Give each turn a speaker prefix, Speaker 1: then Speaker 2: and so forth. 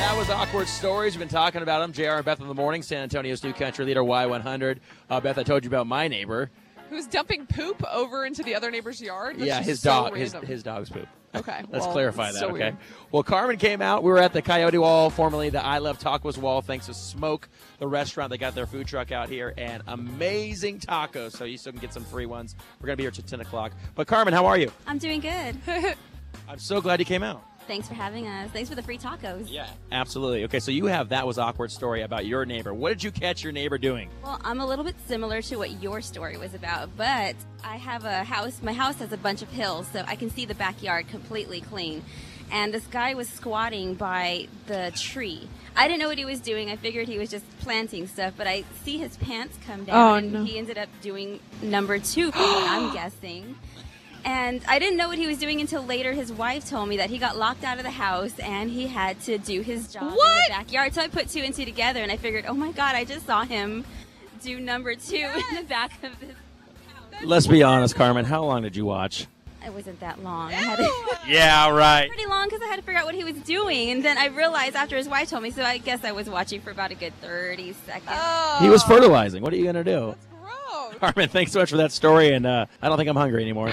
Speaker 1: those awkward stories. We've been talking about them. JR and Beth in the morning, San Antonio's new country leader, Y100. Uh, Beth, I told you about my neighbor.
Speaker 2: Who's dumping poop over into the other neighbor's yard? That's
Speaker 1: yeah,
Speaker 2: just
Speaker 1: his
Speaker 2: so
Speaker 1: dog, his,
Speaker 2: random.
Speaker 1: his dog's poop.
Speaker 2: Okay,
Speaker 1: Let's
Speaker 2: well,
Speaker 1: clarify that,
Speaker 2: so
Speaker 1: okay?
Speaker 2: weird.
Speaker 1: Well, Carmen came out. We were at the Coyote Wall, formerly the I Love Tacos Wall, thanks to Smoke, the restaurant. They got their food truck out here and amazing tacos. So you still can get some free ones. We're going to be here till 10 o'clock. But Carmen, how are you?
Speaker 3: I'm doing good.
Speaker 1: I'm so glad you came out.
Speaker 3: Thanks for having us. Thanks for the free tacos.
Speaker 1: Yeah, absolutely. Okay, so you have that was awkward story about your neighbor. What did you catch your neighbor doing?
Speaker 3: Well, I'm a little bit similar to what your story was about, but I have a house. My house has a bunch of hills, so I can see the backyard completely clean. And this guy was squatting by the tree. I didn't know what he was doing. I figured he was just planting stuff, but I see his pants come down,
Speaker 2: Oh,
Speaker 3: and
Speaker 2: no.
Speaker 3: he ended up doing number two, from what I'm guessing. And I didn't know what he was doing until later. His wife told me that he got locked out of the house and he had to do his job in
Speaker 2: What?
Speaker 3: the backyard. So I put two and two together and I figured, oh my God, I just saw him do number two in the back of this.
Speaker 1: Let's be honest, Carmen. How long did you watch?
Speaker 3: It wasn't that long. I had it
Speaker 1: Yeah, right.
Speaker 3: pretty long because I had to figure out what he was doing. And then I realized after his wife told me, so I guess I was watching for about a good 30 seconds.
Speaker 2: Oh,
Speaker 1: He was fertilizing. What are you gonna do?
Speaker 2: Gross.
Speaker 1: Carmen, thanks so much for that story, and uh, I don't think I'm hungry anymore.